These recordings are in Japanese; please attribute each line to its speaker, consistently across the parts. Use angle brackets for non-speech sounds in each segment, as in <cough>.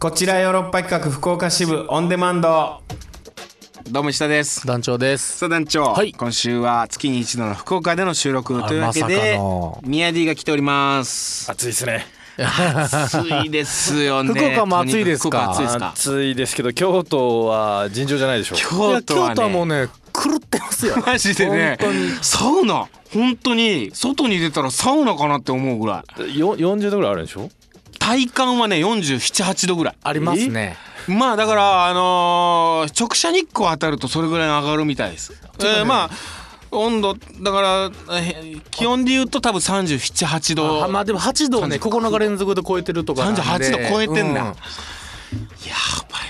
Speaker 1: こちらヨーロッパ企画福岡支部オンデマンドどうも石田です
Speaker 2: 団長です
Speaker 1: さあ団長、
Speaker 2: はい
Speaker 1: 今週は月に一度の福岡での収録というわけ
Speaker 2: あまさ
Speaker 1: で、
Speaker 2: かの
Speaker 1: ミヤディが来ております
Speaker 3: 暑いですね
Speaker 1: 暑いですよね
Speaker 2: 福岡も暑いですか
Speaker 1: とにかく
Speaker 3: 暑いですけど京都は尋常じゃないでしょう
Speaker 1: 福岡暑いですか京都はね
Speaker 2: いや京都はもうね狂ってますよ
Speaker 1: <laughs> マジでね
Speaker 2: 本当に
Speaker 1: サウナ本当に外に出たらサウナかなって思うぐらい
Speaker 3: よ40度ぐらいあるんでしょ
Speaker 1: 体感はね478度ぐらい
Speaker 2: ありますね
Speaker 1: まあだからあのー直射日光当たるとそれぐらい上がるみたいです。えーまあ温度だからえー気温で言うと多分378
Speaker 2: あ
Speaker 1: 度
Speaker 2: まあでも8度をね9日連続で超えてるとかなんで
Speaker 1: 38度超えてんだ
Speaker 2: う
Speaker 1: やばい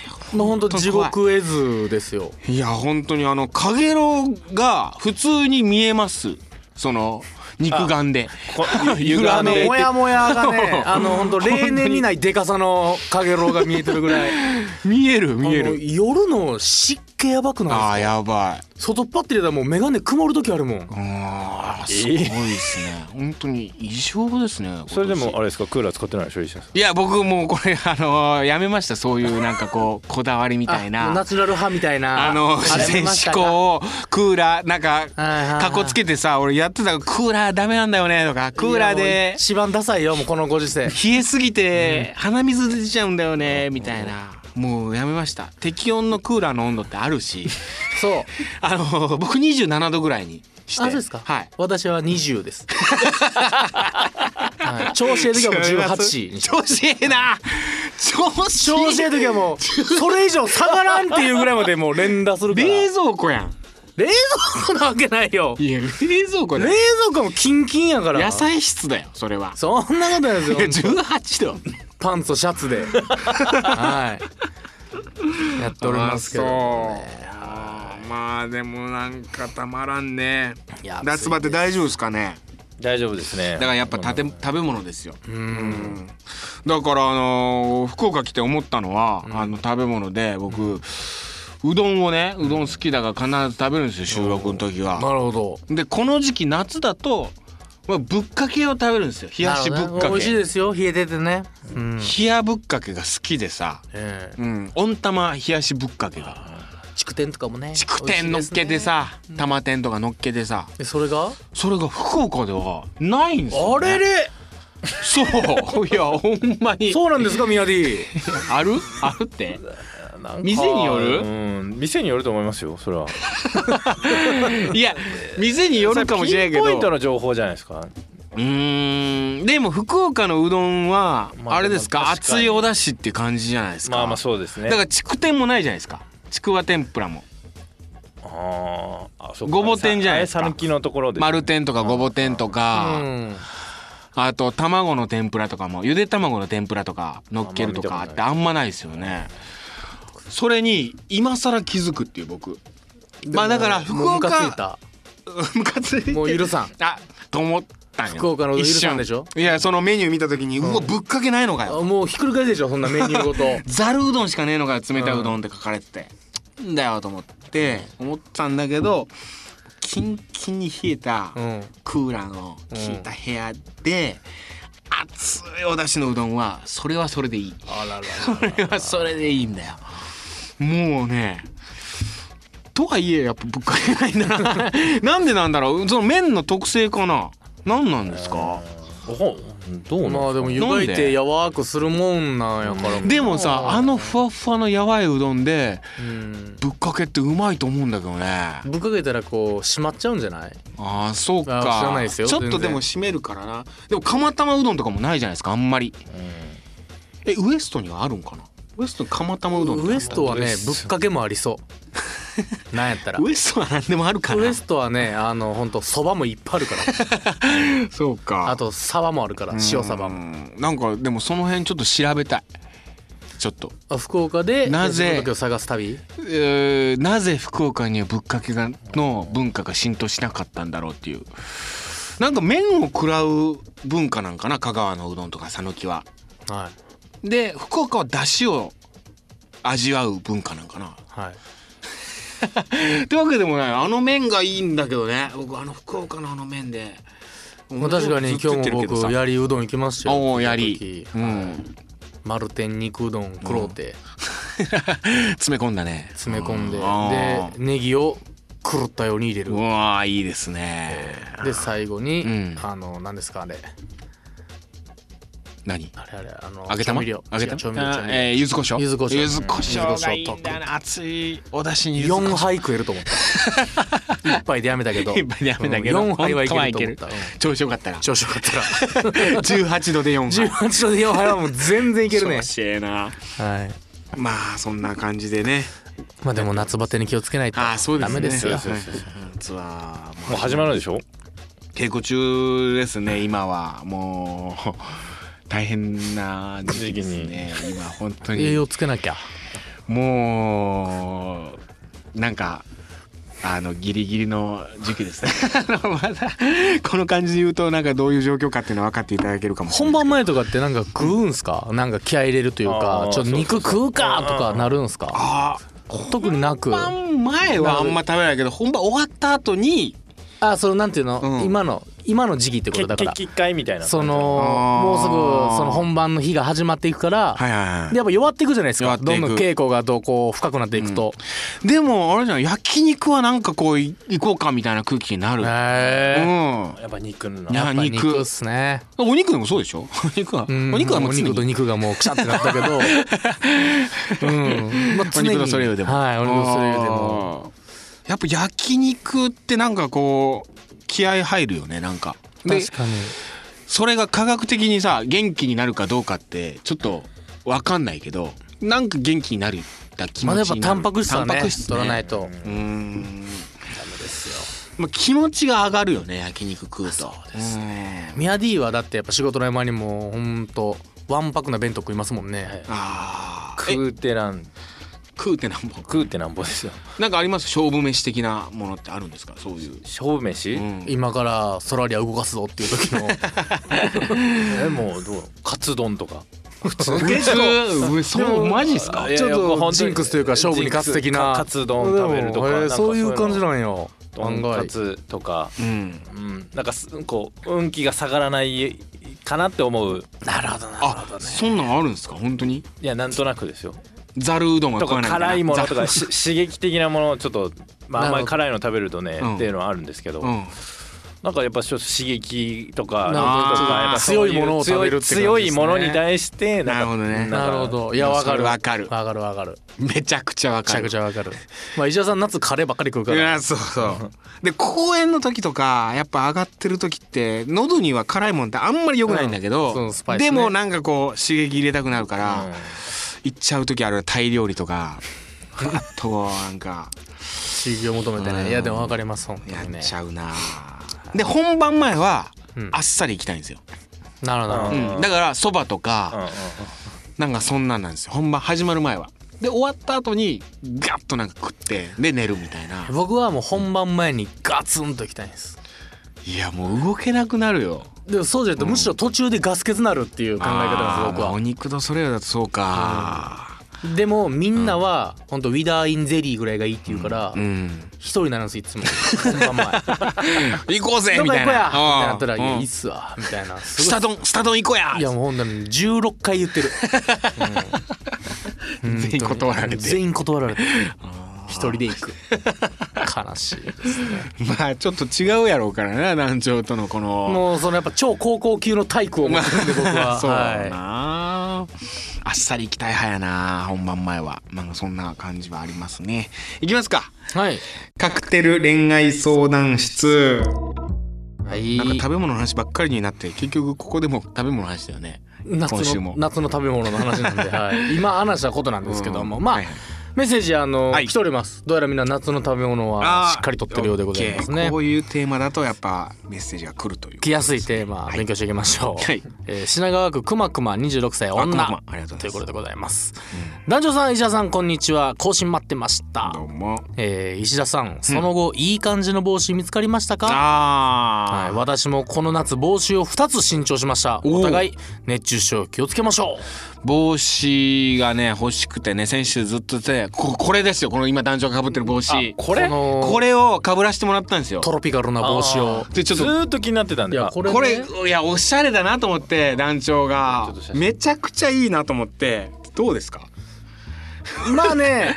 Speaker 1: よ
Speaker 2: もう本当地獄絵図ですよ
Speaker 1: いや本当にあのかげろうが普通に見えますその肉眼で
Speaker 3: こ
Speaker 1: ゆ
Speaker 2: あの
Speaker 1: でて
Speaker 2: モヤモヤがね <laughs> あの
Speaker 1: <laughs>
Speaker 2: 本当例年にないでかさのかげろうが見えてるぐらい
Speaker 1: 見える見え
Speaker 2: あの
Speaker 1: る
Speaker 2: 夜の湿気やばく
Speaker 1: あ
Speaker 2: な
Speaker 1: ー
Speaker 2: いですか
Speaker 1: やばい
Speaker 2: 外っ端って入れたらもう眼鏡曇る時あるもん
Speaker 1: うーんあーすごいですね本当に異常ですね
Speaker 3: それでも
Speaker 1: 今年
Speaker 3: あれですかクーラー使ってないでしょ石田さん
Speaker 1: いや僕もうこれあのーやめましたそういうなんかこうこだわりみたいな
Speaker 2: <laughs> あナチュラル派みたいな
Speaker 1: あの
Speaker 2: あれ
Speaker 1: 自
Speaker 2: 見
Speaker 1: 然
Speaker 2: ました
Speaker 1: 思
Speaker 2: か
Speaker 1: 考をクーラーなんか
Speaker 2: はいはい
Speaker 1: かっこつけてさ俺やってたらクーラーダメなんだよねとかクーラー
Speaker 2: いやもう
Speaker 1: で
Speaker 2: 一番ダサいよもうこのご
Speaker 1: <laughs>
Speaker 2: 時世
Speaker 1: 冷えすぎて鼻水出ちゃうんだよねみたいなもうやめました適温のクーラーの温度ってある
Speaker 2: <laughs>
Speaker 1: し
Speaker 2: そう
Speaker 1: あの僕27度ぐらいにして
Speaker 2: あそうですか
Speaker 1: はい
Speaker 2: 私は20です <laughs> はい調子ええ時はもう18にして
Speaker 1: 調子ええな調子
Speaker 2: 調子ええ時はもうそれ以上下がらんっていうぐらいまでもう連打するから
Speaker 1: 冷蔵庫やん
Speaker 2: 冷蔵庫なわけないよ
Speaker 1: いや冷蔵庫
Speaker 2: 冷
Speaker 1: だよ
Speaker 2: 蔵庫もキンキンやから
Speaker 1: 野菜室だよそれ <laughs> は
Speaker 2: そんなことない
Speaker 1: いや
Speaker 2: ですよ
Speaker 1: 18度
Speaker 2: パンツとシャツではいやっておりますけど
Speaker 1: あーそうまあでもなんかたまらんね
Speaker 2: いや
Speaker 1: 夏バテ大丈夫ですかね
Speaker 3: 大丈夫ですね
Speaker 1: だからやっぱたて食べ物ですようんだからあのー福岡来て思ったのは、あの食べ物で僕うどんをねうどん好きだから必ず食べるんですよ収録の時は
Speaker 2: なるほど
Speaker 1: でこの時期夏だと、まあ、ぶっかけを食べるんですよ冷やしぶ
Speaker 2: な
Speaker 1: っ
Speaker 2: るほど
Speaker 1: か
Speaker 2: ね美味しい
Speaker 1: け
Speaker 2: ですよ冷えててねうん
Speaker 1: 冷やぶっかけが好きでさ、
Speaker 2: ええ
Speaker 1: うん、温玉冷やしぶっかけが
Speaker 2: 筑天とかもね
Speaker 1: 筑天乗っけてさ、玉天とか乗っけてさ
Speaker 2: 美味しいですねえそれが
Speaker 1: それが福岡ではないんですよ、
Speaker 2: あ
Speaker 1: ね、
Speaker 2: れれ
Speaker 1: そういやほんまに
Speaker 2: そうなんですか宮 D
Speaker 1: あるある
Speaker 3: <laughs>
Speaker 1: って店による
Speaker 3: うん店によると思いますよそれは
Speaker 1: いや店によるかもしれんけど
Speaker 3: ピンポイントの情報じゃないですか
Speaker 1: うーんでも福岡のうどんは
Speaker 3: まあ
Speaker 1: あれですか,、
Speaker 3: まあ確か
Speaker 1: 熱
Speaker 3: に
Speaker 1: いお出汁って感じじゃないですか
Speaker 3: まあまあそうですね
Speaker 1: だから筑天もないじゃないですかちくわ天ぷらも
Speaker 3: あーあそう
Speaker 1: ごぼ天じゃないですか
Speaker 3: さぬきのところで
Speaker 1: 丸天とかごぼ天とか、
Speaker 2: うん
Speaker 1: あと卵の天ぷらとかもゆで卵の天ぷらとか乗っけるとかってあんまないですよねそれに今更気づくっていう僕まあだから
Speaker 2: でも
Speaker 1: 福
Speaker 2: もうム
Speaker 1: 岡
Speaker 2: カついた
Speaker 1: <laughs> ムカついて
Speaker 2: もう許さん
Speaker 1: あと思ったんよ
Speaker 2: 福岡のうどん
Speaker 1: 一
Speaker 2: 許
Speaker 1: 瞬
Speaker 2: さんでしょ
Speaker 1: いやそのメニュー見た時にうわぶっかけないのか
Speaker 2: あ
Speaker 1: よ
Speaker 2: もうひっくり返すでしょそんなメニューご <laughs> と
Speaker 1: ざるうどんしかねえのかよ冷たいうどんって書かれててんだよと思って思ったんだけどキンキンに冷えた
Speaker 2: うん
Speaker 1: クーラーの効いた部屋で熱いお出汁のうどんはそれはそれでいい
Speaker 2: あらら
Speaker 1: それはそれでいいんだよもうねとはいえやっぱぶっかけないんだな
Speaker 2: <laughs>
Speaker 1: なんでなんだろうその麺の特性かな何なんですか
Speaker 3: おどうなん
Speaker 2: まあでも
Speaker 3: です
Speaker 2: 湯
Speaker 1: なん
Speaker 2: が
Speaker 1: で
Speaker 2: いて柔らかくするもんなんやから
Speaker 1: でもさあのふわふわのやばいうどんで
Speaker 2: うん
Speaker 1: ぶっかけってうまいと思うんだけどねあ
Speaker 2: ぶっかけたらこう閉まっちゃうんじゃない
Speaker 1: あーそうか
Speaker 2: あー知らないですよ
Speaker 1: ちょっと
Speaker 2: 全
Speaker 1: で
Speaker 2: 然
Speaker 1: も締めるからなでも釜玉うどんとかもないじゃないですかあんまり
Speaker 3: かうん
Speaker 1: えウエストにはあるんかなウエストに釜玉うどんってある
Speaker 2: ウエストはねぶっかけもありそう <laughs> なんやったら
Speaker 1: ウエストは何でもあるか
Speaker 2: ウ
Speaker 1: ら
Speaker 2: エストはねあの本当そばもいっぱいあるから
Speaker 1: そうか
Speaker 2: あとサバもあるから塩サバ
Speaker 1: う
Speaker 2: も
Speaker 1: んなんかでもその辺ちょっと調べたいちょっと、
Speaker 2: あ福岡で
Speaker 1: なぜ
Speaker 2: ぶっかけを探す旅
Speaker 1: えーなぜ福岡にはぶっかけがの文化が浸透しなかったんだろうっていうなんか麺を食らう文化なんかな香川のうどんとか讃岐は
Speaker 2: はい
Speaker 1: で福岡は出汁を味わう文化なんかな
Speaker 2: はい
Speaker 1: ってわけでもないあの麺がいいんだけどね僕あの福岡のあの麺で
Speaker 2: まあ確か
Speaker 1: ず
Speaker 2: に
Speaker 1: っと言っ
Speaker 2: 今
Speaker 1: て
Speaker 2: 日
Speaker 1: る
Speaker 2: も
Speaker 1: けどさ
Speaker 2: 僕やりうどん行きましたよ
Speaker 1: おお
Speaker 2: 行った
Speaker 1: やり
Speaker 2: 時、
Speaker 1: うん、
Speaker 2: 丸天肉うどん食ろうて
Speaker 1: 詰め込んだね
Speaker 2: 詰め込んで、
Speaker 1: あ
Speaker 2: でネギをくるったように入れる
Speaker 1: うわーいいですね
Speaker 2: で最後に、
Speaker 1: うん
Speaker 2: あの何ですかあれ
Speaker 1: 何
Speaker 2: あれあれあの
Speaker 1: 揚げ
Speaker 2: 調
Speaker 1: 玉
Speaker 2: 味料
Speaker 1: 揚げ
Speaker 2: 違う
Speaker 1: 玉
Speaker 2: 調味料調
Speaker 1: あ
Speaker 2: 味料
Speaker 1: えー柚子胡椒
Speaker 2: 柚子胡椒
Speaker 1: 柚子胡椒がいいん
Speaker 2: 柚子胡椒
Speaker 1: だな熱いお出汁に柚子胡
Speaker 2: 4
Speaker 1: 椒
Speaker 2: 杯食えると思っ
Speaker 1: <laughs>
Speaker 2: た一杯でやめたけど
Speaker 1: 一杯でやめたけど
Speaker 2: うん4杯はいけると思っ
Speaker 1: 本当
Speaker 2: た、
Speaker 1: はいける調
Speaker 2: うん
Speaker 1: 子よかった <laughs> ら
Speaker 2: 調子よかったら
Speaker 1: 18度で4杯
Speaker 2: 18度で4杯はもう全然いけるね
Speaker 1: <laughs> 調子ええな
Speaker 2: はい
Speaker 1: まあそんな感じでね
Speaker 2: まあでも夏バテに気をつけないと
Speaker 1: ああそうですね
Speaker 2: ダメですよ
Speaker 1: そうそうそう夏は
Speaker 3: もう始まるでしょ
Speaker 1: 稽古中ですね今はもう大変な時期ですね今本当
Speaker 2: 栄
Speaker 1: に
Speaker 2: 養つけなきゃ
Speaker 1: もうなんかあのギリギリの時期ですね <laughs> あのまだこの感じで言うとなんかどういう状況かっていうのは分かっていただけるかもしれ
Speaker 2: 本
Speaker 1: ない
Speaker 2: 番前とかってなんか食うんすかなんか気合い入れるという
Speaker 3: あ
Speaker 2: か
Speaker 3: ー
Speaker 2: ちょっと肉食うかとかなるんすか
Speaker 1: あ
Speaker 2: 特にな
Speaker 1: ー
Speaker 2: く
Speaker 1: 本番前はあんま食べないけど本番終わった後に
Speaker 2: あそのなんていうの、
Speaker 1: うん
Speaker 2: 今の今の時期ってこと
Speaker 3: 結
Speaker 2: だから
Speaker 3: 局一回みたいな
Speaker 2: その
Speaker 1: あー
Speaker 2: もうすぐその本番の日が始まっていくから、
Speaker 1: はいはいはい
Speaker 2: でやっぱ弱っていくじゃないです
Speaker 1: 弱
Speaker 2: か
Speaker 1: ってい
Speaker 2: ど
Speaker 1: く
Speaker 2: んどん稽古がどうこう深くなっていくと、
Speaker 1: でもあれじゃん焼肉はなんかこうい行こうかみたいな空気になる、
Speaker 2: へえ
Speaker 1: うん
Speaker 3: やっぱ肉な
Speaker 1: や
Speaker 2: やっぱ
Speaker 1: 肉
Speaker 2: 肉っすね、
Speaker 1: お肉でもそうでしょお肉は、
Speaker 2: うん
Speaker 1: お肉はもう
Speaker 2: お
Speaker 1: 常に
Speaker 2: 肉と肉がもうくしゃってなっ
Speaker 1: <laughs>
Speaker 2: たけどうんまあ
Speaker 1: お
Speaker 2: 常に
Speaker 1: 肉のそれよでも
Speaker 2: はいお肉のそれよでも
Speaker 1: あーやっぱ焼肉ってなんかこう気合入るよねなんかで
Speaker 2: 確かに
Speaker 1: それが科学的にさ元気になるかどうかってちょっと分かんないけどなんか元気になるた気持ちに
Speaker 2: ま
Speaker 1: な
Speaker 2: あ
Speaker 1: る
Speaker 2: やっぱタンパク質は
Speaker 1: タン
Speaker 2: ね
Speaker 1: パク質
Speaker 2: 取らないと、
Speaker 1: うーんダメですよ、まあ、気持ちが上がるよね焼肉食うとそうですね
Speaker 2: ミヤディはだってやっぱ仕事の合間にもほんとわんぱくな弁当食いますもんね、
Speaker 1: あーえ
Speaker 3: 食うてなん
Speaker 1: 食うってなんぼ
Speaker 3: 食うてなんぼですよ
Speaker 1: なんかあります勝負飯的なものってあるんですかそういう、
Speaker 3: 勝負飯、
Speaker 1: うん
Speaker 2: 今からソラリア動かすぞっていう <laughs> 時の
Speaker 3: えもうどうカツ丼とか
Speaker 1: 結構そうマジですか
Speaker 3: いやいや
Speaker 2: ちょっと
Speaker 3: 僕本当に
Speaker 2: ジンクスというか勝負に勝つ的な
Speaker 3: ジンクスカツ丼食べるとか
Speaker 2: でもへ
Speaker 3: な
Speaker 2: え
Speaker 3: んか
Speaker 2: そういう感じ
Speaker 3: の
Speaker 2: なんよ案
Speaker 3: 丼カ
Speaker 2: 外
Speaker 3: ツとか
Speaker 1: うん
Speaker 3: うんなんかすこう運気が下がらないかなって思う
Speaker 2: なるほどな
Speaker 1: あ、そんなんあるんですか本当に
Speaker 3: いやなんとなくですよ
Speaker 1: ざるうどんが
Speaker 3: と
Speaker 1: 食
Speaker 3: か
Speaker 1: わないみたな
Speaker 3: 辛いものとか
Speaker 1: ざ
Speaker 3: し <laughs> 刺激的なものをちょっとまあ
Speaker 2: なるほど
Speaker 3: あんまり辛いの食べるとね
Speaker 1: うん
Speaker 3: っていうのはあるんですけど
Speaker 1: うん
Speaker 3: なんかやっぱちょっと刺激とか
Speaker 2: な
Speaker 1: ほ
Speaker 2: る
Speaker 1: ど
Speaker 3: とかやっぱそう
Speaker 2: 強
Speaker 3: う
Speaker 2: いものを食べるって感じですね
Speaker 3: 強いものに対してんか
Speaker 1: なるほどね
Speaker 2: なるほどいや
Speaker 1: うん
Speaker 2: わ
Speaker 1: そ
Speaker 2: か
Speaker 1: れ
Speaker 2: る
Speaker 1: わかる
Speaker 2: わかるわかる
Speaker 1: めちゃくちゃわ
Speaker 2: めち
Speaker 1: か
Speaker 2: ゃ
Speaker 1: る
Speaker 2: くちゃわかるまあ石田さん夏カレーばっかり食うか
Speaker 1: い
Speaker 2: ら
Speaker 1: やそうそうで公演の時とかやっぱ上がってる時って喉には辛いもんってあんまり良くないんだけ
Speaker 2: うんそ
Speaker 1: ど
Speaker 2: うスパイスね
Speaker 1: でもなんかこう刺激入れたくなるから、行っちゃう時あるタイ料理とかあとこうなんか
Speaker 2: 刺激を求めて
Speaker 1: うん
Speaker 2: ねいやでもわかります本当
Speaker 1: や
Speaker 2: に
Speaker 1: っ
Speaker 2: ね
Speaker 1: ちゃうな、で本番前は
Speaker 2: うん
Speaker 1: あっさり行きたいんですよ、
Speaker 2: なるほどなるほど
Speaker 3: うん
Speaker 1: うんだからそばと
Speaker 3: うんうん
Speaker 1: か
Speaker 3: うん
Speaker 1: なんかそんなんなんですよ本番始まる前はで終わった後にガッとなんか食ってで寝るみたいな
Speaker 2: 僕はもう本番前にガツンと行きたいんです
Speaker 1: いやもう動けなくなるよ
Speaker 2: でもそうじゃなくてむしろ途中でガス欠なるっていう考え方
Speaker 1: あ
Speaker 2: で
Speaker 1: ー
Speaker 2: す僕
Speaker 1: まあお
Speaker 2: は
Speaker 1: 肉とそれよだとそうか
Speaker 2: でもみんなは本当ウィダーインゼリーぐらいがいいって言うから
Speaker 1: うん
Speaker 2: 一人になるんですいつも本番前
Speaker 1: 行こうぜみ
Speaker 2: どこ
Speaker 1: た
Speaker 2: 行
Speaker 1: い
Speaker 2: こう
Speaker 1: な
Speaker 2: やみたいになったら「
Speaker 1: う
Speaker 2: い
Speaker 1: ん
Speaker 2: や
Speaker 1: うん
Speaker 2: いいっすわ」みた <laughs> いなすごい
Speaker 1: スタ丼スタ丼行こうや
Speaker 2: いやもうほんとに16回言って <laughs> る、うん
Speaker 1: 全員断られて
Speaker 2: 全員断られて一人で行く悲しいですね
Speaker 1: まあちょっと違うやろうからね団長とのこの
Speaker 2: もう <laughs> そのやっぱ超高校級の体育を持ってるんで僕 <laughs>
Speaker 1: <laughs>
Speaker 2: は
Speaker 1: そうだな
Speaker 2: は、
Speaker 1: あっさり行きたい派やな本番前はなんかそんな感じはありますねいきますか
Speaker 2: い、はい
Speaker 1: カクテル恋愛相談室
Speaker 2: はい
Speaker 1: なんか食べ物の話ばっかりになって結局ここでも食べ物の話だよね今
Speaker 2: 夏
Speaker 1: 週も
Speaker 2: の夏の食べ物の話 <laughs> なんで、はい、今話したことなんですけども、まあ、
Speaker 1: はいはい
Speaker 2: メッセージあの、
Speaker 1: はい
Speaker 2: 来ておりますどうやらみんな夏の食べ物はしっかりとってるようでございます
Speaker 1: オッケ
Speaker 2: ね
Speaker 1: ーこういうテーマだとやっぱメッセージが来るという
Speaker 2: 来やすいテーマ勉強していきましょう、
Speaker 1: はい
Speaker 2: えー品川区くまくま26歳
Speaker 1: あくまく
Speaker 2: 女
Speaker 1: まありがとうございます
Speaker 2: ということでございます、男女さん石田さんこんにちは更新待ってました
Speaker 1: どうも
Speaker 2: えー石田さんその後、いい感じの帽子見つかりましたかはい、
Speaker 1: あー
Speaker 2: 私もこの夏帽子を2つ新調しました
Speaker 1: おー
Speaker 2: お互い熱中症気をつけましょう
Speaker 1: 帽子がね欲しくてね先週ずっとてここれですよこの今団長がかぶってる帽
Speaker 3: あ
Speaker 1: 子
Speaker 3: これ
Speaker 2: この
Speaker 1: これをかぶらせてもらったんですよ
Speaker 2: トロピカルな帽子を
Speaker 3: あー
Speaker 1: でちょっと
Speaker 3: ずーっと気になってたん
Speaker 4: い
Speaker 3: で
Speaker 4: や
Speaker 3: あ
Speaker 4: これ
Speaker 1: こ
Speaker 4: ね
Speaker 1: れいやおしゃれだなと思って団長
Speaker 3: ちょ
Speaker 1: が
Speaker 3: っと写真
Speaker 1: めちゃくちゃいいなと思ってどうですか
Speaker 2: まあね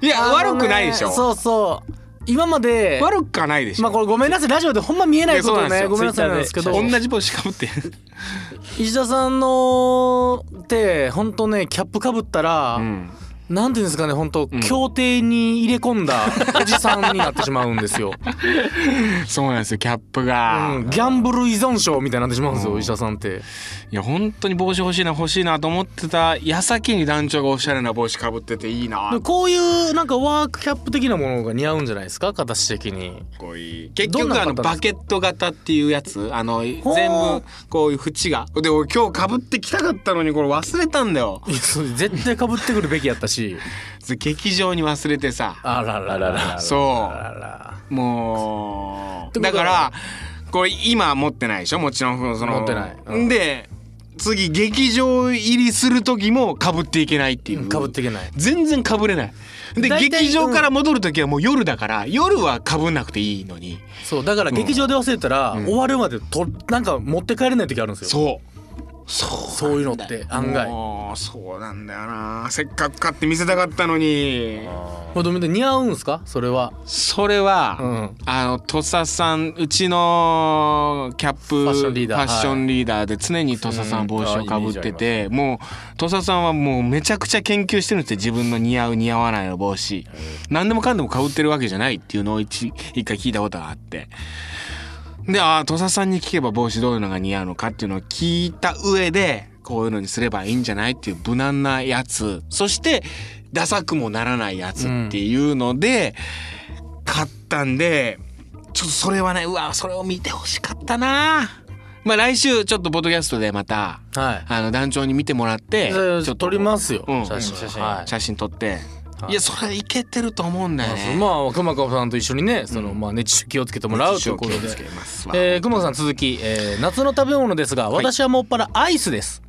Speaker 1: いや
Speaker 2: あ
Speaker 1: <laughs>
Speaker 2: の
Speaker 1: 悪
Speaker 2: ね
Speaker 1: くないでしょ
Speaker 2: そうそう今まで
Speaker 1: 悪くはないでしょ、
Speaker 2: まあこれごめんなさいラジオでほんま見えないことを
Speaker 1: いや
Speaker 2: ね
Speaker 1: そ
Speaker 2: ご
Speaker 1: う
Speaker 2: め
Speaker 1: な
Speaker 2: んなさいなんですけど
Speaker 1: 同じ帽子かぶって
Speaker 2: 石田さんのって本当ねキャップかぶったら、
Speaker 1: ん
Speaker 2: なんていうんですかね本当、
Speaker 1: ん
Speaker 2: 協定に入れ込んだおじさんになってしまうんです <laughs> よ、うん
Speaker 1: そうなんですよキャップが、い
Speaker 2: ギャンブル依存症みたいになってしまうんですよ、石田さんって
Speaker 1: や本当に帽子欲しいな欲しいなと思ってた矢先に団長がおしゃれな帽子かぶってていいな
Speaker 2: でこういうなんかワークキャップ的なものが似合うんじゃないですか形的 <laughs> に
Speaker 1: こい結
Speaker 2: どん
Speaker 1: 局
Speaker 2: な
Speaker 1: あの
Speaker 2: 方ですか
Speaker 1: バケット型っていうやつあの全
Speaker 2: ほう
Speaker 1: 部こういう縁がで俺今日かぶってきたかったのにこれ忘れたんだよ
Speaker 2: いやそれ絶対かぶってくるべきやったし
Speaker 1: 劇場に忘れてさ
Speaker 2: あらららら
Speaker 1: そ
Speaker 2: あら
Speaker 1: うもう
Speaker 2: って
Speaker 1: だ
Speaker 2: こと
Speaker 1: か
Speaker 2: は
Speaker 1: らこれ今持ってないでしょもちろんその、
Speaker 2: 持ってないうん
Speaker 1: で次劇場入りする時もかぶっていけないっていう
Speaker 2: かぶっていけない
Speaker 1: 全然かぶれないで
Speaker 2: 大体
Speaker 1: 劇場から戻る時はもう夜だから夜はかぶんなくていいのに
Speaker 2: そうだから劇場で忘れたら、終わるまでとなんか持って帰れない時あるんですよ
Speaker 1: そうそう
Speaker 2: そういうのって案外
Speaker 1: もうそうなんだよなせっかく買って見せたかったのに
Speaker 2: これどう見て似合うんすかそれは
Speaker 1: それは、
Speaker 2: うん
Speaker 1: あの土佐さんうちのキャップフ
Speaker 2: ァッションリーダ
Speaker 1: ァ
Speaker 2: ー
Speaker 1: ッションリーダーで常に土佐さん帽子をかぶってて、もう土佐さんはもうめちゃくちゃ研究してるんですよ自分の似合う似合わないの帽子何でもかんでもかぶってるわけじゃないっていうのを一一回聞いたことがあってでああ土佐さんに聞けば帽子どういうのが似合うのかっていうのを聞いた上でこういうのにすればいいんじゃないっていう無難なやつそしてダサくもならないやつっていうので、買ったんでちょっとそれはねうわそれを見てほしかったなまあ来週ちょっとポッドキャストでまた
Speaker 2: はい
Speaker 1: あの団長に見てもらって
Speaker 2: え
Speaker 1: ちょ
Speaker 2: ー
Speaker 1: っと
Speaker 2: 撮りますよ、
Speaker 1: うん
Speaker 2: 写真
Speaker 3: 写真
Speaker 2: はい
Speaker 1: 写真撮って、
Speaker 2: はい
Speaker 1: い、やそれいけてると思うんだよね
Speaker 2: まあ熊川さんと一緒にねその、まあ、熱中症気をつけてもらうということで
Speaker 1: 一応気をつけますわ
Speaker 2: えー、熊川さん続き、えー夏の食べ物ですが
Speaker 1: い
Speaker 2: 私はもっぱらアイスです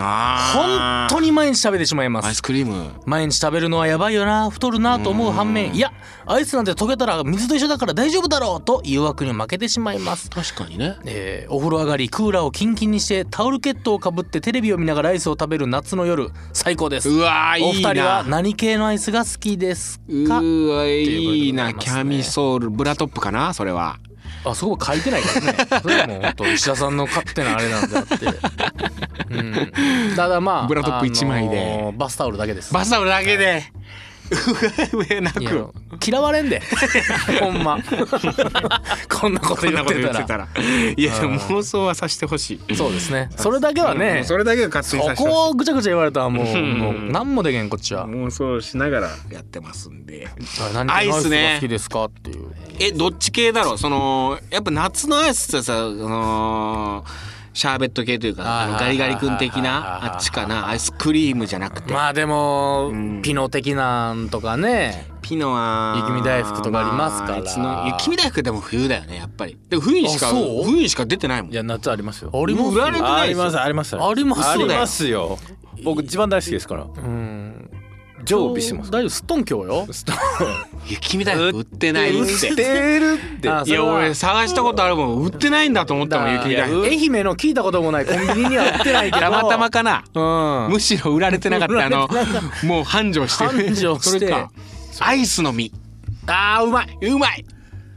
Speaker 1: あ
Speaker 2: 本当に毎日食べてしまいま
Speaker 1: ーアイ
Speaker 2: す
Speaker 1: スクリーム
Speaker 2: 毎日食べるのはやばいよな太るなと思う反面いやアイスなんて溶けたら水と一緒だから大丈夫だろうと誘惑に負けてしまいます
Speaker 1: 確かにね
Speaker 2: えーお風呂上がりクーラーをキンキンにしてタオルケットをかぶってテレビを見ながらアイスを食べる夏の夜最高です
Speaker 1: うわーいいな
Speaker 2: お二人は何系のアイスが好きです
Speaker 1: うーわいいな、
Speaker 2: っていうことでございますね
Speaker 1: キャミソールブラトップかなそれは
Speaker 2: かあそこ書いてないからね <laughs> それはもう本当石田さんの勝手なあれなんだって、うん、ただまあ
Speaker 1: ブラトップ一枚で
Speaker 2: あのーバスタオルだけです
Speaker 1: バサブだけで、う <laughs> わ上な
Speaker 2: タ
Speaker 1: く
Speaker 2: 嫌われ <laughs> んでほん <laughs> まこんなこと
Speaker 1: そん
Speaker 2: 言
Speaker 1: な
Speaker 2: っ
Speaker 1: こと
Speaker 2: て
Speaker 1: 言
Speaker 2: た
Speaker 1: って
Speaker 2: ら
Speaker 1: たらいやでも妄想はさせてほしい
Speaker 2: そうですねそれだけはね、
Speaker 1: うんそれだけは勝手にさせ
Speaker 2: そ
Speaker 1: て
Speaker 2: こ
Speaker 1: ほし
Speaker 2: をぐちゃぐちゃ言われたらもうもう何もできへんこっち
Speaker 1: い
Speaker 2: は
Speaker 1: 妄想しながらやってますんで
Speaker 2: 何
Speaker 1: アイスね
Speaker 2: が好きですかっていう
Speaker 1: えどっち系だろうそのやっぱ夏のアイスってさそのシャーベット系というかあの
Speaker 2: はい
Speaker 1: ガ
Speaker 2: はい
Speaker 1: リガ
Speaker 2: はい
Speaker 1: リ君的
Speaker 2: はいはい
Speaker 1: なあっちかなアイスクリームじゃなくて
Speaker 2: まあでも、
Speaker 1: ん
Speaker 2: ピノ的なんとかね
Speaker 1: ピノは
Speaker 2: 雪見大福とかありますから
Speaker 1: あいつの雪見大福でも冬だよねやっぱりで冬にしか
Speaker 2: あそう
Speaker 1: 冬にしか出てないもん
Speaker 3: いや夏ありますよ
Speaker 2: あります
Speaker 1: 売られて
Speaker 3: あ
Speaker 1: ないで
Speaker 3: り
Speaker 1: すよ
Speaker 3: ますあります
Speaker 2: ありますよ
Speaker 3: ありますよ僕一番大好きですから
Speaker 2: うん
Speaker 3: 常備してます
Speaker 2: 大丈夫すっとんきょうよ
Speaker 3: スト
Speaker 1: 雪見大福売ってないっ
Speaker 3: 売っててるって
Speaker 2: あ
Speaker 1: いや
Speaker 2: それは
Speaker 1: 俺探したことあるもん売ってないんだ
Speaker 2: <laughs>
Speaker 1: と思ったもん
Speaker 2: だ
Speaker 1: 雪見
Speaker 2: から
Speaker 1: 大
Speaker 3: い
Speaker 1: 福
Speaker 3: や
Speaker 2: 愛媛の聞いたこともないコンビニには売ってないけど
Speaker 1: たまたまかな
Speaker 2: うん
Speaker 1: むしろ <laughs> 売られてなかったあの
Speaker 2: 売られて
Speaker 1: もう繁盛してる
Speaker 2: 繁盛して
Speaker 1: それかアイスの実あーうまいうまい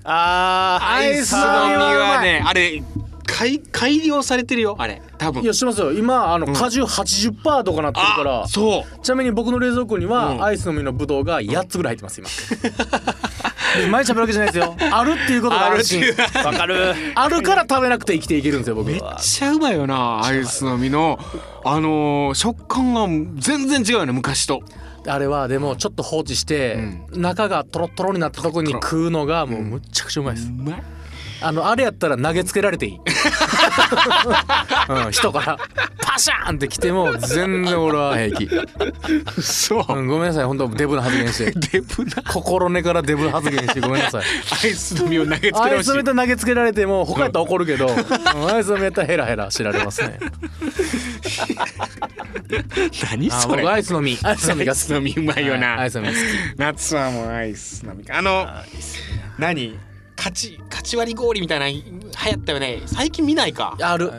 Speaker 3: あー
Speaker 1: アイスの実はねあれ改改良されてるよあれ多分
Speaker 2: いやしてますよ今あの果汁80%とかなってるから、
Speaker 1: あそう
Speaker 2: ちなみに僕の冷蔵庫には、
Speaker 1: うん
Speaker 2: アイスの実のぶどうが8つぐらい入ってます今で毎日食べるわけじゃない
Speaker 1: <laughs>
Speaker 2: ですよあるっていうことが
Speaker 1: ある
Speaker 2: 安
Speaker 1: って
Speaker 2: 心
Speaker 1: いう
Speaker 3: わかる
Speaker 2: あるから食べなくて生きていけるんですよ僕
Speaker 1: めっちゃうまいよなアイスの実のあのー食感が全然違うよね昔と
Speaker 2: あれはでもちょっと放置して、中がトロットロになったとこに食うのがもうむっちゃくちゃうまいです、
Speaker 1: うまい
Speaker 2: あのあれやったら投げつけられていいうん、人からパシャーンって来ても全然俺は平気、
Speaker 1: そう
Speaker 2: うん、ごめんなさい本当デブな発言し
Speaker 1: デ
Speaker 2: て
Speaker 1: ブな
Speaker 2: 心根からデブ発言してごめんな
Speaker 1: <laughs>
Speaker 2: さい
Speaker 1: アイスの実を投げつけて
Speaker 2: あ
Speaker 1: ほ
Speaker 2: い
Speaker 1: し
Speaker 2: つめ
Speaker 1: い
Speaker 2: た投げつけられても他やったら怒る
Speaker 1: <laughs>
Speaker 2: けど、うん、あいつめたらヘラヘラ知られますね
Speaker 1: 何
Speaker 2: あ
Speaker 1: それ
Speaker 2: 僕アイスの実アイスの実
Speaker 1: ア
Speaker 2: が
Speaker 1: イ
Speaker 2: 好
Speaker 1: スの実うま
Speaker 2: き
Speaker 1: いよ
Speaker 2: ア
Speaker 1: な
Speaker 2: イスの実好き
Speaker 1: 夏はもうアイスの実あの何カチカチ割り氷みたいな流行ったよね最近見ないか
Speaker 2: ある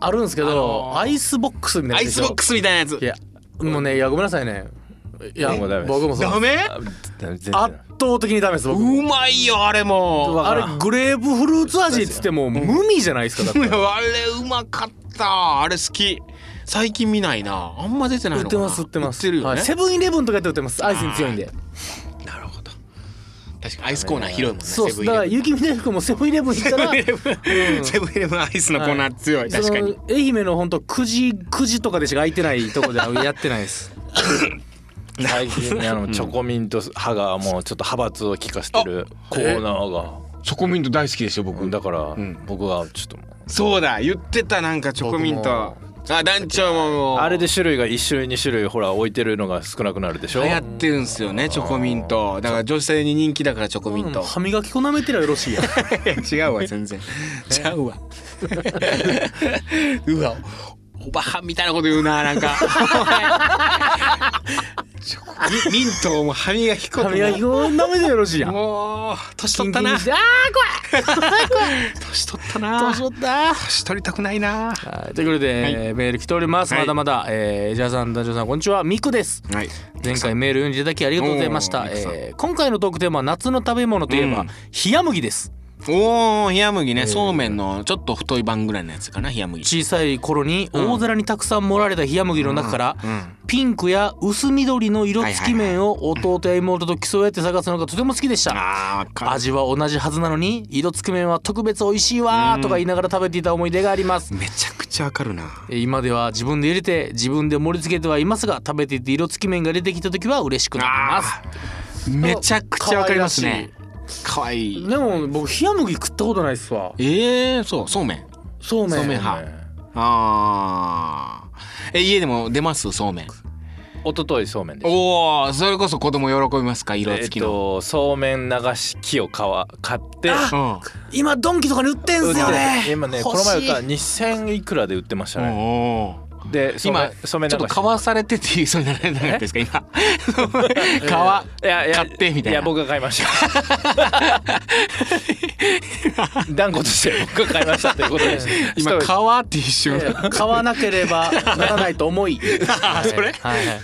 Speaker 2: あるんですけど、
Speaker 1: あのー
Speaker 2: アイスボックスみたいな
Speaker 1: ア
Speaker 2: やつ
Speaker 1: イ
Speaker 2: でし
Speaker 1: ス
Speaker 2: ょ
Speaker 1: ボックスみたいなやつ
Speaker 2: いやもうねいやごめんなさいねいや
Speaker 3: もうダメです
Speaker 2: 僕もそう
Speaker 1: ダメ
Speaker 3: 全
Speaker 2: 圧倒的にダメです僕
Speaker 1: うまいよあれも
Speaker 2: あれグレープフルーツ味っつっても無味じゃないですかだって
Speaker 1: あれうまかったあれ好き最近見ないなあんま出てない
Speaker 2: 売っ
Speaker 1: の
Speaker 2: て
Speaker 1: かな
Speaker 2: ます売ってます
Speaker 1: 売ってるよ
Speaker 2: はい
Speaker 1: ね
Speaker 2: セブンイレブンとかやって売ってますアイスに強いんで
Speaker 1: なるほど確かにアイスコーナー広いもんね
Speaker 2: そう
Speaker 1: セ
Speaker 2: っす
Speaker 1: ブンイ
Speaker 2: だから
Speaker 1: レ
Speaker 2: 雪見大福もセブンイレブン行ったら
Speaker 1: ブンセブンイレブンアイスのコーナー強い確かに
Speaker 2: その愛媛のほんと9時9時とかでしか開いてないとこ <laughs> ではやってないです
Speaker 3: 最近ねあのチョコミント派がもうちょっと派閥を聞かしてるコーナーが
Speaker 1: チョコミント大好きですよ僕
Speaker 3: だから
Speaker 1: ん
Speaker 3: 僕はちょっともう
Speaker 1: そうだ言ってたなんかチョコミントあ団長ももう
Speaker 3: あれで種類が1種類2種類ほら置いてるのが少なくなるでしょ
Speaker 1: 流行ってるんすよねチョコミントだから女性に人気だからチョコミント
Speaker 2: 歯磨き粉舐めてりゃよろしいやん
Speaker 1: 違うわ <laughs> 全然ちゃうわ <laughs> うわおばはんみたいなこと言うな
Speaker 2: <laughs>
Speaker 1: なんかチョコミミントも歯磨き粉
Speaker 2: 歯
Speaker 1: と
Speaker 2: 磨き粉舐めてりゃよろしいやん <laughs>
Speaker 1: もう年取った
Speaker 2: キンキン
Speaker 1: な
Speaker 2: にしてあ
Speaker 1: 年取ったな
Speaker 2: 年取った
Speaker 1: 年取りたくないなは
Speaker 2: はいということで、えーメール来ております、
Speaker 1: はい
Speaker 2: まだまだ、えー、ジャーさん団長さんこんにちはミクです
Speaker 1: い
Speaker 2: 前回メール読んでいただきありがとうございました
Speaker 1: おーミクさん
Speaker 2: えー今回のトークテーマは夏の食べ物といえば、
Speaker 1: うん
Speaker 2: 冷や麦です
Speaker 1: おお冷麦ねそうめんのちょっと太い版ぐらいのやつかな冷麦
Speaker 2: 小さい頃に大皿にたくさん盛られた冷麦の中から、
Speaker 1: うん
Speaker 2: ピンクや薄緑の色付き麺を弟や妹と競い合って探すのがとても好きでした、
Speaker 1: あーか
Speaker 2: 味は同じはずなのに色付き麺は特別美味しいわーとか言いながら食べていた思い出があります、
Speaker 1: めちゃくちゃわかるな
Speaker 2: えー今では自分で入れて自分で盛り付けてはいますが食べていて色付き麺が出てきた時は嬉しくなります
Speaker 1: めちゃくちゃわかりますね可愛い
Speaker 2: でも僕冷麦食ったことないっすわ
Speaker 1: ええー、そうそうめん
Speaker 2: そうめん
Speaker 1: そうめん派あーえ家でも出ますそうめん
Speaker 3: 一昨日そうめんです
Speaker 1: おおそれこそ子供喜びますか色
Speaker 3: えっ
Speaker 1: 付きの、
Speaker 3: とそうめん流し器を買わ買って
Speaker 2: 今ドンキとかに売ってん
Speaker 3: 売っ
Speaker 2: すよね
Speaker 3: て今ねこの前売った2,000いくらで売ってました
Speaker 1: うん
Speaker 3: ね
Speaker 1: おお
Speaker 3: でそうめん
Speaker 1: 今
Speaker 3: そうめん
Speaker 1: ちょ
Speaker 3: 流
Speaker 1: っ
Speaker 3: し
Speaker 1: とかわされてっていうそうにならないですか今 <laughs> かわ
Speaker 3: いやいや
Speaker 1: 買ってみたいない
Speaker 3: や僕が買いました <laughs> 断固として僕が買いましたということです
Speaker 1: <laughs> 今
Speaker 3: 一人
Speaker 1: かわって一瞬
Speaker 2: 買わなければならないと思
Speaker 1: <laughs>
Speaker 2: い
Speaker 1: それ
Speaker 2: はいはい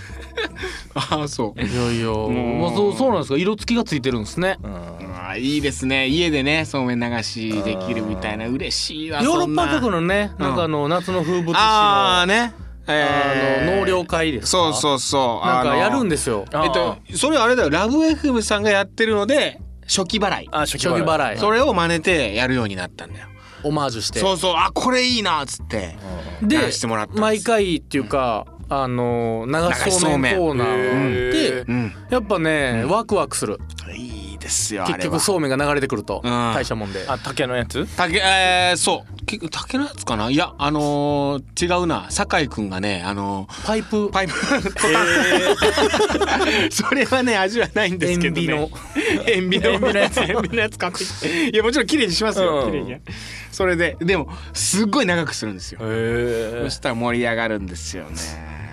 Speaker 1: ああそう
Speaker 2: いやいや、まあ、そうそうなんですか色付きがついてるんですね
Speaker 1: あーいいですね家でねそうめん流しできるみたいな嬉しいわ
Speaker 2: ヨーロ
Speaker 1: そん
Speaker 2: ッ
Speaker 1: な
Speaker 2: パ局のねなんかあの夏の風物詩の
Speaker 1: ああね
Speaker 2: あの
Speaker 1: えー
Speaker 2: 納涼会です
Speaker 1: そう
Speaker 2: う
Speaker 1: そうそう
Speaker 2: なんかやるん
Speaker 1: で
Speaker 2: ですよ
Speaker 3: あ
Speaker 1: えっとそれあれだよラブ FM さんがやってるので初期払い
Speaker 3: あ初期
Speaker 2: 将棋
Speaker 3: 払
Speaker 2: 払
Speaker 3: い
Speaker 2: い
Speaker 1: それを真似てやるようになったんだよ
Speaker 2: オマージュして
Speaker 1: そうそうあこれいいなっつって
Speaker 2: で
Speaker 1: やらせてもらったんです
Speaker 2: 毎回っていうかあの流しそうめんコーナー
Speaker 3: へ
Speaker 2: で
Speaker 1: う
Speaker 3: ー
Speaker 1: ん
Speaker 2: やっぱねワクワクする
Speaker 1: いいですよあ
Speaker 2: 結
Speaker 1: れ
Speaker 2: 局
Speaker 1: は
Speaker 2: そうめんが流れてくると
Speaker 1: うん
Speaker 2: 大したもんで
Speaker 3: あ竹のやつ
Speaker 1: 竹えー、そう結構竹のやつかないやあのー、違うな酒井くんがねあのー
Speaker 2: パイプ
Speaker 1: パイプトタン <laughs> それはね味はないんですけどね
Speaker 2: <laughs> 塩
Speaker 1: 塩ビの
Speaker 3: 塩ビのやつ
Speaker 1: 塩ビのやつ買ってきていやもちろん綺麗にしますよ、
Speaker 3: うん
Speaker 1: 綺麗にそれででもすっごい長くするんですよ
Speaker 3: え
Speaker 1: そしたら盛り上がるんですよね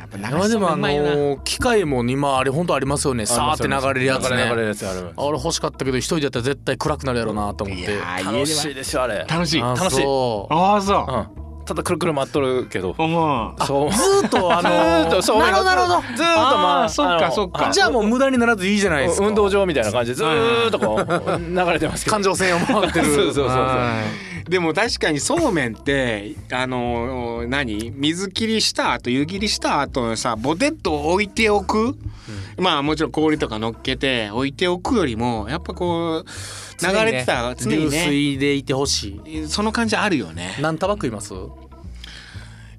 Speaker 1: やっぱ長
Speaker 2: あ
Speaker 1: さ
Speaker 2: でも
Speaker 1: もう
Speaker 2: あの
Speaker 1: まいよな
Speaker 2: ー機械も今あれ本当ありますよねさーって流れるやつ
Speaker 3: 流れる
Speaker 2: ね
Speaker 3: やつある
Speaker 2: あれ欲しかったけど一人だったら絶対暗くなるやろうなと思っ
Speaker 1: い
Speaker 2: て
Speaker 1: やー家
Speaker 3: 楽
Speaker 1: では
Speaker 3: しいですよあれ
Speaker 1: 楽しい
Speaker 2: あ
Speaker 1: 楽しい
Speaker 2: そう
Speaker 1: ああそう
Speaker 3: うんただくるくる回っとるけど
Speaker 1: 思う
Speaker 3: そう
Speaker 2: ずーっとあのー
Speaker 3: <laughs> ずーっとそう
Speaker 2: なるほどなるほど
Speaker 3: ずーっとま
Speaker 1: あーそっか
Speaker 3: あの
Speaker 1: そっか
Speaker 2: じゃあもう無駄にならずいいじゃないですか
Speaker 3: 運動場みたいな感じでずーっとこう流れてますけど
Speaker 2: 感情線を回ってる
Speaker 3: そうそうそうそう
Speaker 2: はい
Speaker 1: でも確かにそうめんってあのー何水切りした後湯切りした後さボテッと置いておく、まあもちろん氷とか乗っけて置いておくよりもやっぱこう流れてた常に
Speaker 2: 流
Speaker 1: ね
Speaker 2: 水でいてほし
Speaker 1: その感じあるよね
Speaker 2: い。何束食います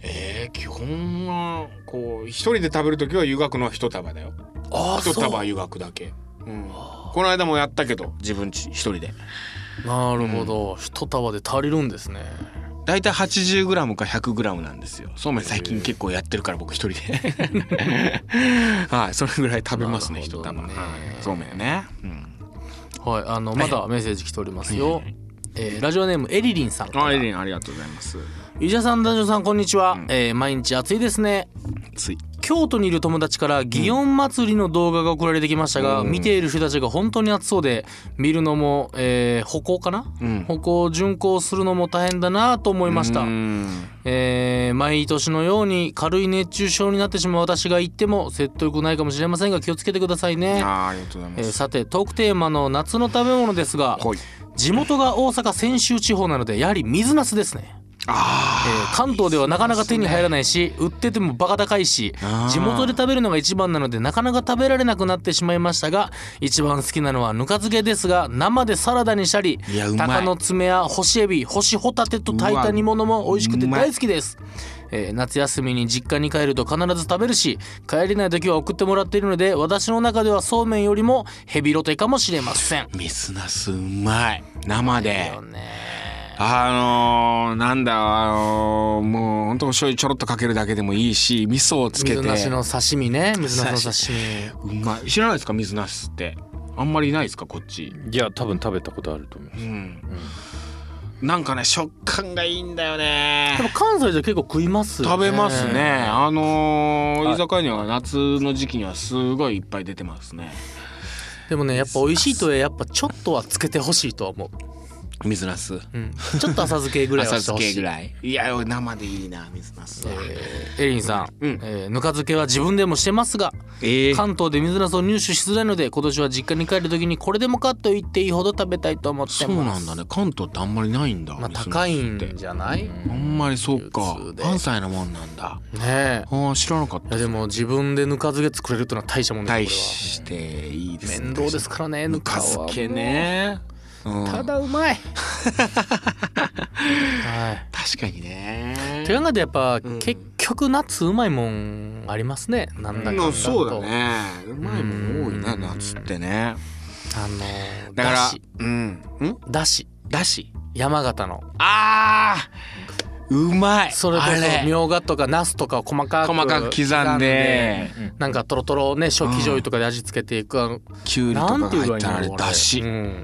Speaker 1: えー、基本はこう一人で食べる時は湯がくの一束だよ
Speaker 2: あ
Speaker 1: 一束湯がくだけ、うん、この間もやったけど自分ち一人で
Speaker 2: なるほど、一束で足りるんですね
Speaker 1: 大体 80g か 100g なんですよそうめん最近結構やってるから僕一人で <laughs> はいそれぐらい食べますね
Speaker 2: なる
Speaker 1: 一
Speaker 2: ほど
Speaker 1: 玉
Speaker 2: ね
Speaker 1: はいそうめんね、うん、
Speaker 2: はいあのまだメッセージ来ておりますよ、えーラジオネームエリリンさんから
Speaker 1: あエリンありがとうございます
Speaker 2: 伊者さん男女さんこんにちは、えー毎日暑いですね
Speaker 1: つい
Speaker 2: 京都にいる友達から祇園祭りの動画が送られてきましたが、見ている人たちが本当に暑そうで見るのも、えー歩行かな、
Speaker 1: ん
Speaker 2: 歩行巡行するのも大変だなと思いました
Speaker 1: う、ん
Speaker 2: えー毎年のように軽い熱中症になってしまう私が言っても説得ないかもしれませんが気をつけてください
Speaker 1: あ
Speaker 2: ね、
Speaker 1: ーありがとうござい
Speaker 2: え
Speaker 1: ま
Speaker 2: ー
Speaker 1: す、
Speaker 2: さてトークテーマの夏の食べ物ですが
Speaker 1: ほい
Speaker 2: 地元が大阪泉州地方なのでやはり水なすですね
Speaker 1: あ
Speaker 2: えー関東ではなかなか手に入らないし売っててもバカ高いし
Speaker 1: あー
Speaker 2: 地元で食べるのが一番なのでなかなか食べられなくなってしまいましたが一番好きなのはぬか漬けですが生でサラダにしたり
Speaker 1: いやうまい
Speaker 2: 鷹の爪や干しエビ干しホタテと炊いた煮物も美味しくて大好きです、えー夏休みに実家に帰ると必ず食べるし帰れない時は送ってもらっているので私の中ではそうめんよりもヘビロテかもしれません
Speaker 1: ー水なすうまい生で
Speaker 2: よね
Speaker 1: あのー、なんだあのー、もうほんとお醤油ちょろっとかけるだけでもいいし味噌をつけて
Speaker 2: 水なしの刺身ね水なしの刺身
Speaker 1: うまい知らないですか水なすってあんまりいないですかこっち
Speaker 3: いや多分食べたことあると思いま
Speaker 1: う
Speaker 3: す、
Speaker 1: ん、なんかね食感がいいんだよね
Speaker 2: でも関西じゃ結構食いますよね
Speaker 1: 食べますねあのー、居酒屋には夏の時期にはすごいいっぱい出てますね
Speaker 2: でもねやっぱ美味しいとはやっぱちょっとはつけてほしいとは思う、
Speaker 1: 水なす
Speaker 2: うん、ちょっと浅漬けぐらいは
Speaker 1: 浅
Speaker 2: してほ
Speaker 1: 漬
Speaker 2: し
Speaker 1: け
Speaker 2: い
Speaker 1: ぐらいいや生でいいな水なすは
Speaker 2: えーエリンさん、
Speaker 1: うん
Speaker 2: えーぬか漬けは自分でもしてますが
Speaker 1: ええ
Speaker 2: 関東で水なすを入手しづらいので今年は実家に帰る時にこれでもかと言っていいほど食べたいと思ってます
Speaker 1: そうなんだね関東ってあんまりないんだ
Speaker 2: まあ
Speaker 1: 水なすって
Speaker 2: 高いんじゃない、ね
Speaker 1: あんまりそうか
Speaker 2: 流通で
Speaker 1: 関西のもんなんだ
Speaker 2: え
Speaker 1: ああ知らなかっ
Speaker 2: いや
Speaker 1: た
Speaker 2: でも自分でぬか漬け作れるってのは大したもんです
Speaker 1: 大
Speaker 2: よこ
Speaker 1: していいで
Speaker 2: れ
Speaker 1: す
Speaker 2: は
Speaker 1: ね
Speaker 2: 面倒ですからねぬ
Speaker 1: ぬ
Speaker 2: か
Speaker 1: か
Speaker 2: は
Speaker 1: 漬けねうん
Speaker 2: ただうま
Speaker 1: <laughs>
Speaker 2: いはい
Speaker 1: 確かにね
Speaker 2: て考えてやっぱ、
Speaker 1: うん
Speaker 2: 結局夏うまいもんありますねなんだかんだ
Speaker 1: う
Speaker 2: と
Speaker 1: んそうだねうまいもん多いね夏ってね
Speaker 2: あのー
Speaker 1: だから
Speaker 2: だし
Speaker 1: うんん
Speaker 2: だし
Speaker 1: だし
Speaker 2: 山形の
Speaker 1: あーうまい
Speaker 2: それこ
Speaker 1: あ
Speaker 2: そみょうがとかナスとかを細かく
Speaker 1: 細かく刻んで
Speaker 2: なんかトロトロね食器醤油とかで味付けていくあの
Speaker 1: きゅうりと
Speaker 2: な
Speaker 1: か
Speaker 2: ん
Speaker 1: が
Speaker 2: ていう
Speaker 1: 入
Speaker 2: 具
Speaker 1: っ
Speaker 2: 合に
Speaker 1: たらあ
Speaker 2: なる
Speaker 1: れ
Speaker 2: の
Speaker 1: だし
Speaker 2: うん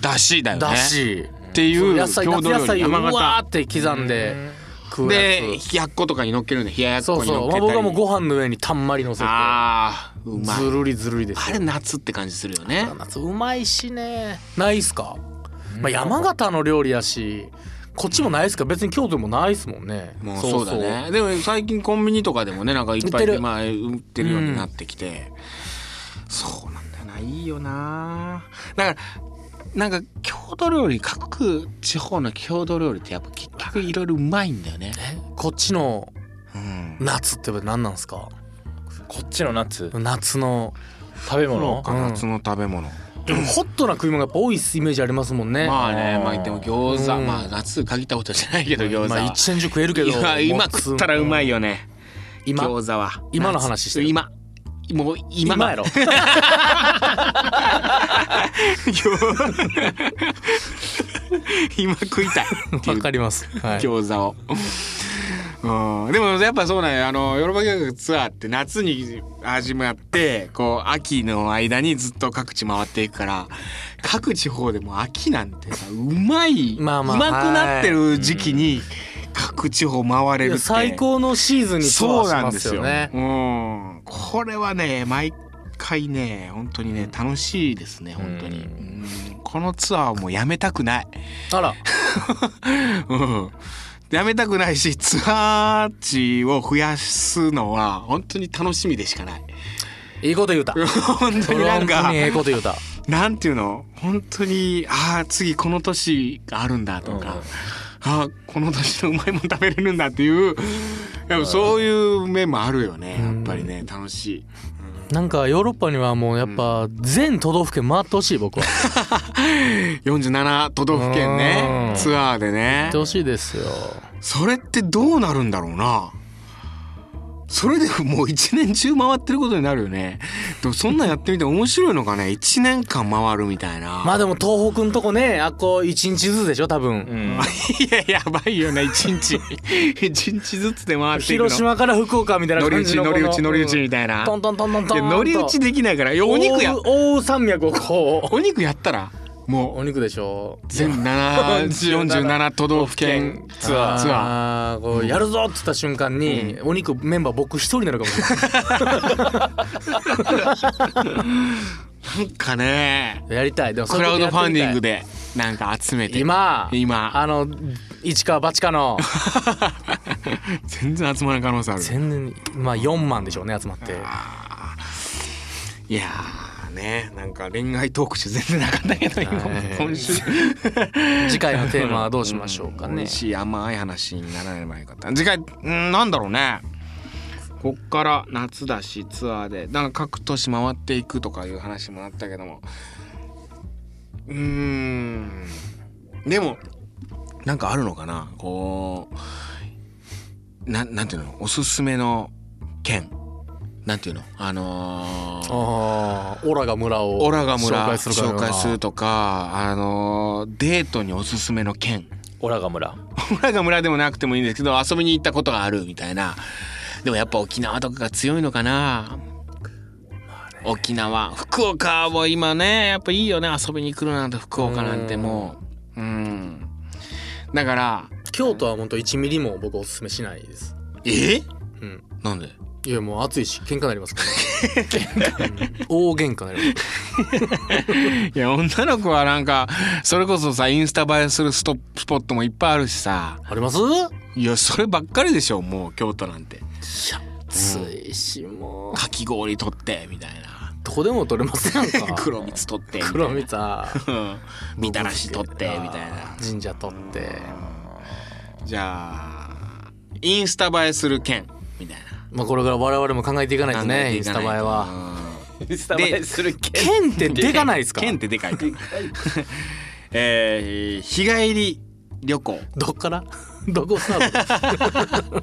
Speaker 1: だしだよね
Speaker 2: だし
Speaker 1: っていう
Speaker 2: 野菜
Speaker 1: 郷
Speaker 2: 夏
Speaker 1: 土料
Speaker 2: 野
Speaker 1: 理
Speaker 2: 菜をう
Speaker 1: 山
Speaker 2: わ
Speaker 1: 形
Speaker 2: ーって刻んで食う
Speaker 1: で
Speaker 2: や
Speaker 1: 冷やっことかに乗っけるんで冷ややっ
Speaker 2: つそ
Speaker 1: こ
Speaker 2: う
Speaker 1: に
Speaker 2: そ
Speaker 1: 乗
Speaker 2: う
Speaker 1: っ
Speaker 2: ま
Speaker 1: け
Speaker 2: あ
Speaker 1: たり
Speaker 2: 僕はもうご飯の上にたんまりのせて
Speaker 1: あーうまい
Speaker 2: ずるりずるりです
Speaker 1: あ
Speaker 2: よ
Speaker 1: れ夏って感じするよね
Speaker 2: 夏うまいしねないっすか、まあ、山形の料理やしこっちもないっすか別に京都でもないっすもんね
Speaker 1: もうそうだねでも最近コンビニとかでもねなんかいっぱ
Speaker 2: 売
Speaker 1: い
Speaker 2: ってる
Speaker 1: まあ売ってるようになってきて、そうなんだよないいよなだからなんか郷土料理各地方の郷土料理ってやっぱ結局いろいろうまいんだよね、
Speaker 2: こっちの
Speaker 1: うん、
Speaker 2: 夏って何なんすか
Speaker 3: こっちの夏
Speaker 2: 夏の
Speaker 3: 食べ物
Speaker 2: うん
Speaker 1: 夏の食べ物、
Speaker 2: でもホットな食い物がやっぱ多いっすイメージありますもんね
Speaker 1: まあねまあでも餃子、
Speaker 2: うん
Speaker 1: まあ夏限ったことじゃないけど餃子、
Speaker 2: まあ一年中食えるけど
Speaker 1: 今今食ったらうまい
Speaker 2: よ
Speaker 1: よね
Speaker 2: 今
Speaker 1: 餃子は
Speaker 2: 今の話してる
Speaker 1: 今もう今
Speaker 2: 今やろ
Speaker 1: <laughs> 今食いたいってい
Speaker 2: <laughs> <laughs> わ
Speaker 1: う
Speaker 2: かります、はい、
Speaker 1: 餃子を。 <laughs> うん、でもやっぱそうなんよあのヨーロッパ計画ツアーって夏に始まってこう秋の間にずっと各地回っていくから各地方でも秋なんてさうまい、
Speaker 2: まあまあ
Speaker 1: うまくなってる時期に各地方回れ
Speaker 2: い
Speaker 1: るっ
Speaker 2: や
Speaker 1: て
Speaker 2: 最高のシーズンにツアー
Speaker 1: そう
Speaker 2: し
Speaker 1: なん
Speaker 2: ま
Speaker 1: ですすよ
Speaker 2: よね
Speaker 1: うん、これはね毎回ね本当にね楽しいですね本当に、
Speaker 3: う
Speaker 1: うんこのツアーはもうやめたくない、
Speaker 2: あら
Speaker 1: うん、やめたくないしツアー地を増やすのは本当に楽しみでしかない
Speaker 2: いいこと言うた
Speaker 1: 本当
Speaker 2: そ
Speaker 1: に
Speaker 2: れは
Speaker 1: <laughs> なん
Speaker 2: 本当
Speaker 1: か
Speaker 2: にええこと言うた
Speaker 1: なんていうの本当にああ次この年があるんだとか、
Speaker 3: うん
Speaker 1: ああこの年のうまいもん食べれるんだっていうやっぱそういう面もあるよねやっぱりね楽しい。
Speaker 2: なんかヨーロッパにはもうやっぱ全都道府県回ってほし
Speaker 1: <laughs>
Speaker 2: い僕は行
Speaker 1: 47都道府県ね
Speaker 2: うん
Speaker 1: ツアーでね
Speaker 2: ってほしいですよ
Speaker 1: それってどうなるんだろうなそれでもう一年中回ってることになるよねでもそんなんやってみて面白いのかね1年間回るみたいな
Speaker 2: まあでも東北んとこねあっこ一日ずつでしょ多分、
Speaker 3: うん
Speaker 1: いややばいよね一日一日ずつで回っていくの
Speaker 2: 広島から福岡みたいな
Speaker 1: 乗り打
Speaker 2: 感じ
Speaker 1: ち
Speaker 2: の
Speaker 1: 乗り打ち乗り打ち
Speaker 2: 打ち
Speaker 1: みたいな、
Speaker 2: トントントントントン
Speaker 1: いや乗り打ちできないからいやお肉や
Speaker 2: 大大山脈をこ
Speaker 1: お肉やったら
Speaker 2: う
Speaker 1: も
Speaker 2: お肉でしょ
Speaker 1: う全7 47都道府県
Speaker 3: 県ツアー
Speaker 1: ツアー
Speaker 2: アーこうやるぞっつった瞬間に、お肉メンバー僕一人になるかもしれない
Speaker 1: なんかね
Speaker 2: やりたいで
Speaker 1: <laughs>
Speaker 2: も
Speaker 1: クラウドファンディング
Speaker 2: で
Speaker 1: でなんか集めて
Speaker 2: 今
Speaker 1: 今
Speaker 2: あの一か八かの <laughs>
Speaker 1: 全然集まらない可能性ある
Speaker 2: 全然まあ4万でしょうね集まって
Speaker 1: いやーねなんか恋愛トーク中全然なかったけど今も
Speaker 2: はい
Speaker 1: 今週
Speaker 2: 次回のテーマはどうしましょうか
Speaker 1: 美
Speaker 2: ね
Speaker 1: 味しい甘い話にならればよかった次回うんなんだろうねこっから夏だしツアーでなんか各都市回っていくとかいう話もあったけどもうーんでもなんかあるのかなこうなんなんていうのおすすめの県なんていうのあのー
Speaker 2: あーオラが村を
Speaker 1: オラが村
Speaker 2: 紹介するか
Speaker 1: 紹介するとかあのーデートにおすすめの県
Speaker 3: <laughs>
Speaker 1: <laughs>
Speaker 3: オラが村
Speaker 1: オラが村でもなくてもいいんですけど遊びに行ったことがあるみたいなでもやっぱ沖縄とかが強いのかな、沖縄福岡も今ねやっぱいいよね遊びに来るなんて福岡なんてもううんだから
Speaker 2: 京都は本当1ミリも僕おすすめしないです
Speaker 1: え
Speaker 2: うん
Speaker 1: なんで
Speaker 2: いやもう暑いし喧嘩になります
Speaker 1: <laughs>
Speaker 2: から、うん大喧嘩になります
Speaker 1: いや女の子はなんかそれこそさインスタ映えするストップスポットもいっぱいあるしさ
Speaker 2: あります
Speaker 1: いやそればっかりでしょもう京都なんて
Speaker 2: 暑いしもう
Speaker 1: かき氷取ってみたいな
Speaker 2: どこでも取れますやん
Speaker 1: <laughs>
Speaker 2: か
Speaker 1: 黒蜜取ってみたいな
Speaker 2: 黒蜜さ
Speaker 1: うんみたらし取ってみたいな
Speaker 2: 神社取って
Speaker 1: じゃあインスタ映えする券みたい
Speaker 2: まあこれから我々も考えていかない
Speaker 1: な
Speaker 2: とねインスタ映えは
Speaker 3: スタ
Speaker 1: 映え
Speaker 3: する
Speaker 2: <laughs>
Speaker 3: け
Speaker 2: 剣ってでかないですか
Speaker 1: 券ってでかいから <laughs> えー日帰り旅行
Speaker 2: どっから <laughs> どこスター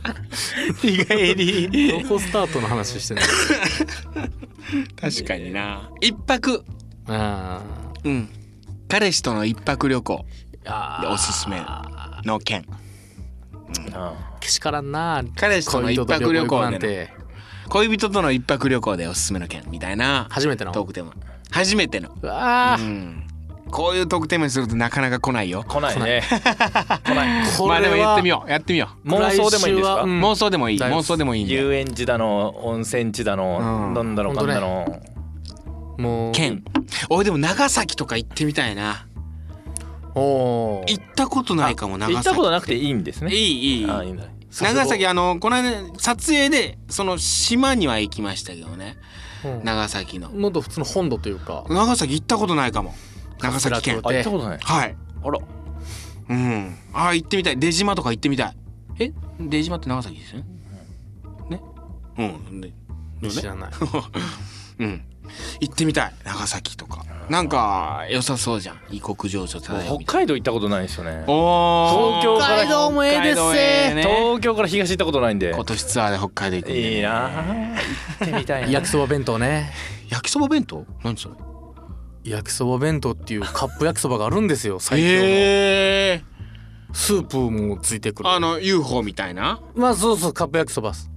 Speaker 1: 日帰 <laughs>
Speaker 2: ト
Speaker 1: り
Speaker 2: どこスタートの話してんの
Speaker 1: 確かにな一泊
Speaker 2: うん
Speaker 1: うん彼氏との一泊旅行
Speaker 2: あ
Speaker 1: でおすすめの券
Speaker 2: けしからんな
Speaker 1: 彼氏との
Speaker 2: 恋
Speaker 1: 一
Speaker 2: 人と
Speaker 1: 泊旅
Speaker 2: 旅行
Speaker 1: 行
Speaker 2: な
Speaker 1: で
Speaker 2: ん
Speaker 1: ね
Speaker 2: て
Speaker 1: 恋人との一泊旅行でおすすめの券みたいな
Speaker 2: 初めての
Speaker 1: トークテーマ初めての
Speaker 2: うわあ
Speaker 1: うんこういう特典名するとなかなか来ないよ。
Speaker 3: 来ないね来 <laughs> ない
Speaker 2: こ
Speaker 1: ま
Speaker 2: れは
Speaker 1: あでもやってみよう。やってみよう。
Speaker 3: 妄想でもいいんですか
Speaker 2: 来週はうん
Speaker 1: 妄想でもいい。
Speaker 2: だいぶ
Speaker 1: 妄想でもいいんで。
Speaker 3: 遊園地だの温泉地だの、
Speaker 1: うん
Speaker 3: なんだろうかんだの、
Speaker 2: もう
Speaker 1: 県。俺でも長崎とか行ってみたいな。
Speaker 2: おー
Speaker 1: 行ったことないかも長崎。
Speaker 3: 行ったことなくていいんです
Speaker 1: い
Speaker 3: ね
Speaker 1: いいい。
Speaker 3: あーいいんだね
Speaker 1: 長崎あのこの間撮影でその島には行きましたけどね。
Speaker 2: うん
Speaker 1: 長崎の。
Speaker 2: もっと普通の本土というか
Speaker 1: 長崎行ったことないかも。長崎県
Speaker 2: カ。
Speaker 3: あ行ったことない
Speaker 1: はい。
Speaker 3: あら
Speaker 1: うん。あー行ってみたい。出島とか行ってみたい。え、出島って長崎ですよね。ね。うん。で、でね
Speaker 2: 知らない
Speaker 1: うん。行ってみたい長崎とかなんか良さそうじゃん異国情緒漂うみたい
Speaker 3: 北海道行ったことないですよね
Speaker 1: なおー
Speaker 3: 東京から北海
Speaker 2: 道もええです
Speaker 1: 北海道ええね
Speaker 3: 東京から東行ったことないんで
Speaker 1: 今年ツアーで北海道行くんでね
Speaker 3: いいな <laughs> あ行ってみたいな
Speaker 2: 焼きそば弁当ね
Speaker 1: <laughs> 焼きそば弁当何それ
Speaker 2: 焼きそば弁当っていうカップ焼きそばがあるんですよ最強の、
Speaker 1: ええ
Speaker 2: スープもついてくる
Speaker 1: あの UFO みたいな
Speaker 2: まあそうそうカップ焼きそばっす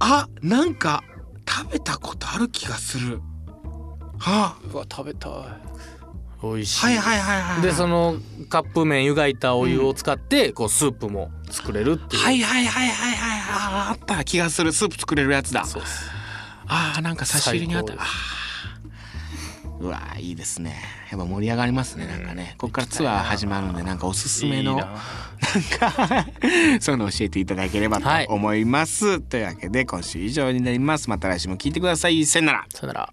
Speaker 1: あなんか食べたことある気がするは
Speaker 3: うわ食べたい
Speaker 2: 美味し
Speaker 1: あ
Speaker 2: い、
Speaker 1: はいはいはいはい
Speaker 2: でそのカップ麺湯がいたお湯を使って、こうスープも作れるっていう、
Speaker 1: はいはいはいはいはいあーあった気がするスープ作れるやつだ
Speaker 2: そうっす
Speaker 1: あーなんか差し入れにあったあ
Speaker 2: 最高で
Speaker 1: ーうわーいいですねやっぱ盛り上がりますねなんかねこっからツアー始まるんでなんかおすすめの
Speaker 3: い
Speaker 1: なん
Speaker 3: いな
Speaker 1: か <laughs> そういうの教えていただければと
Speaker 2: はい
Speaker 1: 思います、というわけで今週以上になりますまた来週も聞いてくださいさよなら
Speaker 2: さよなら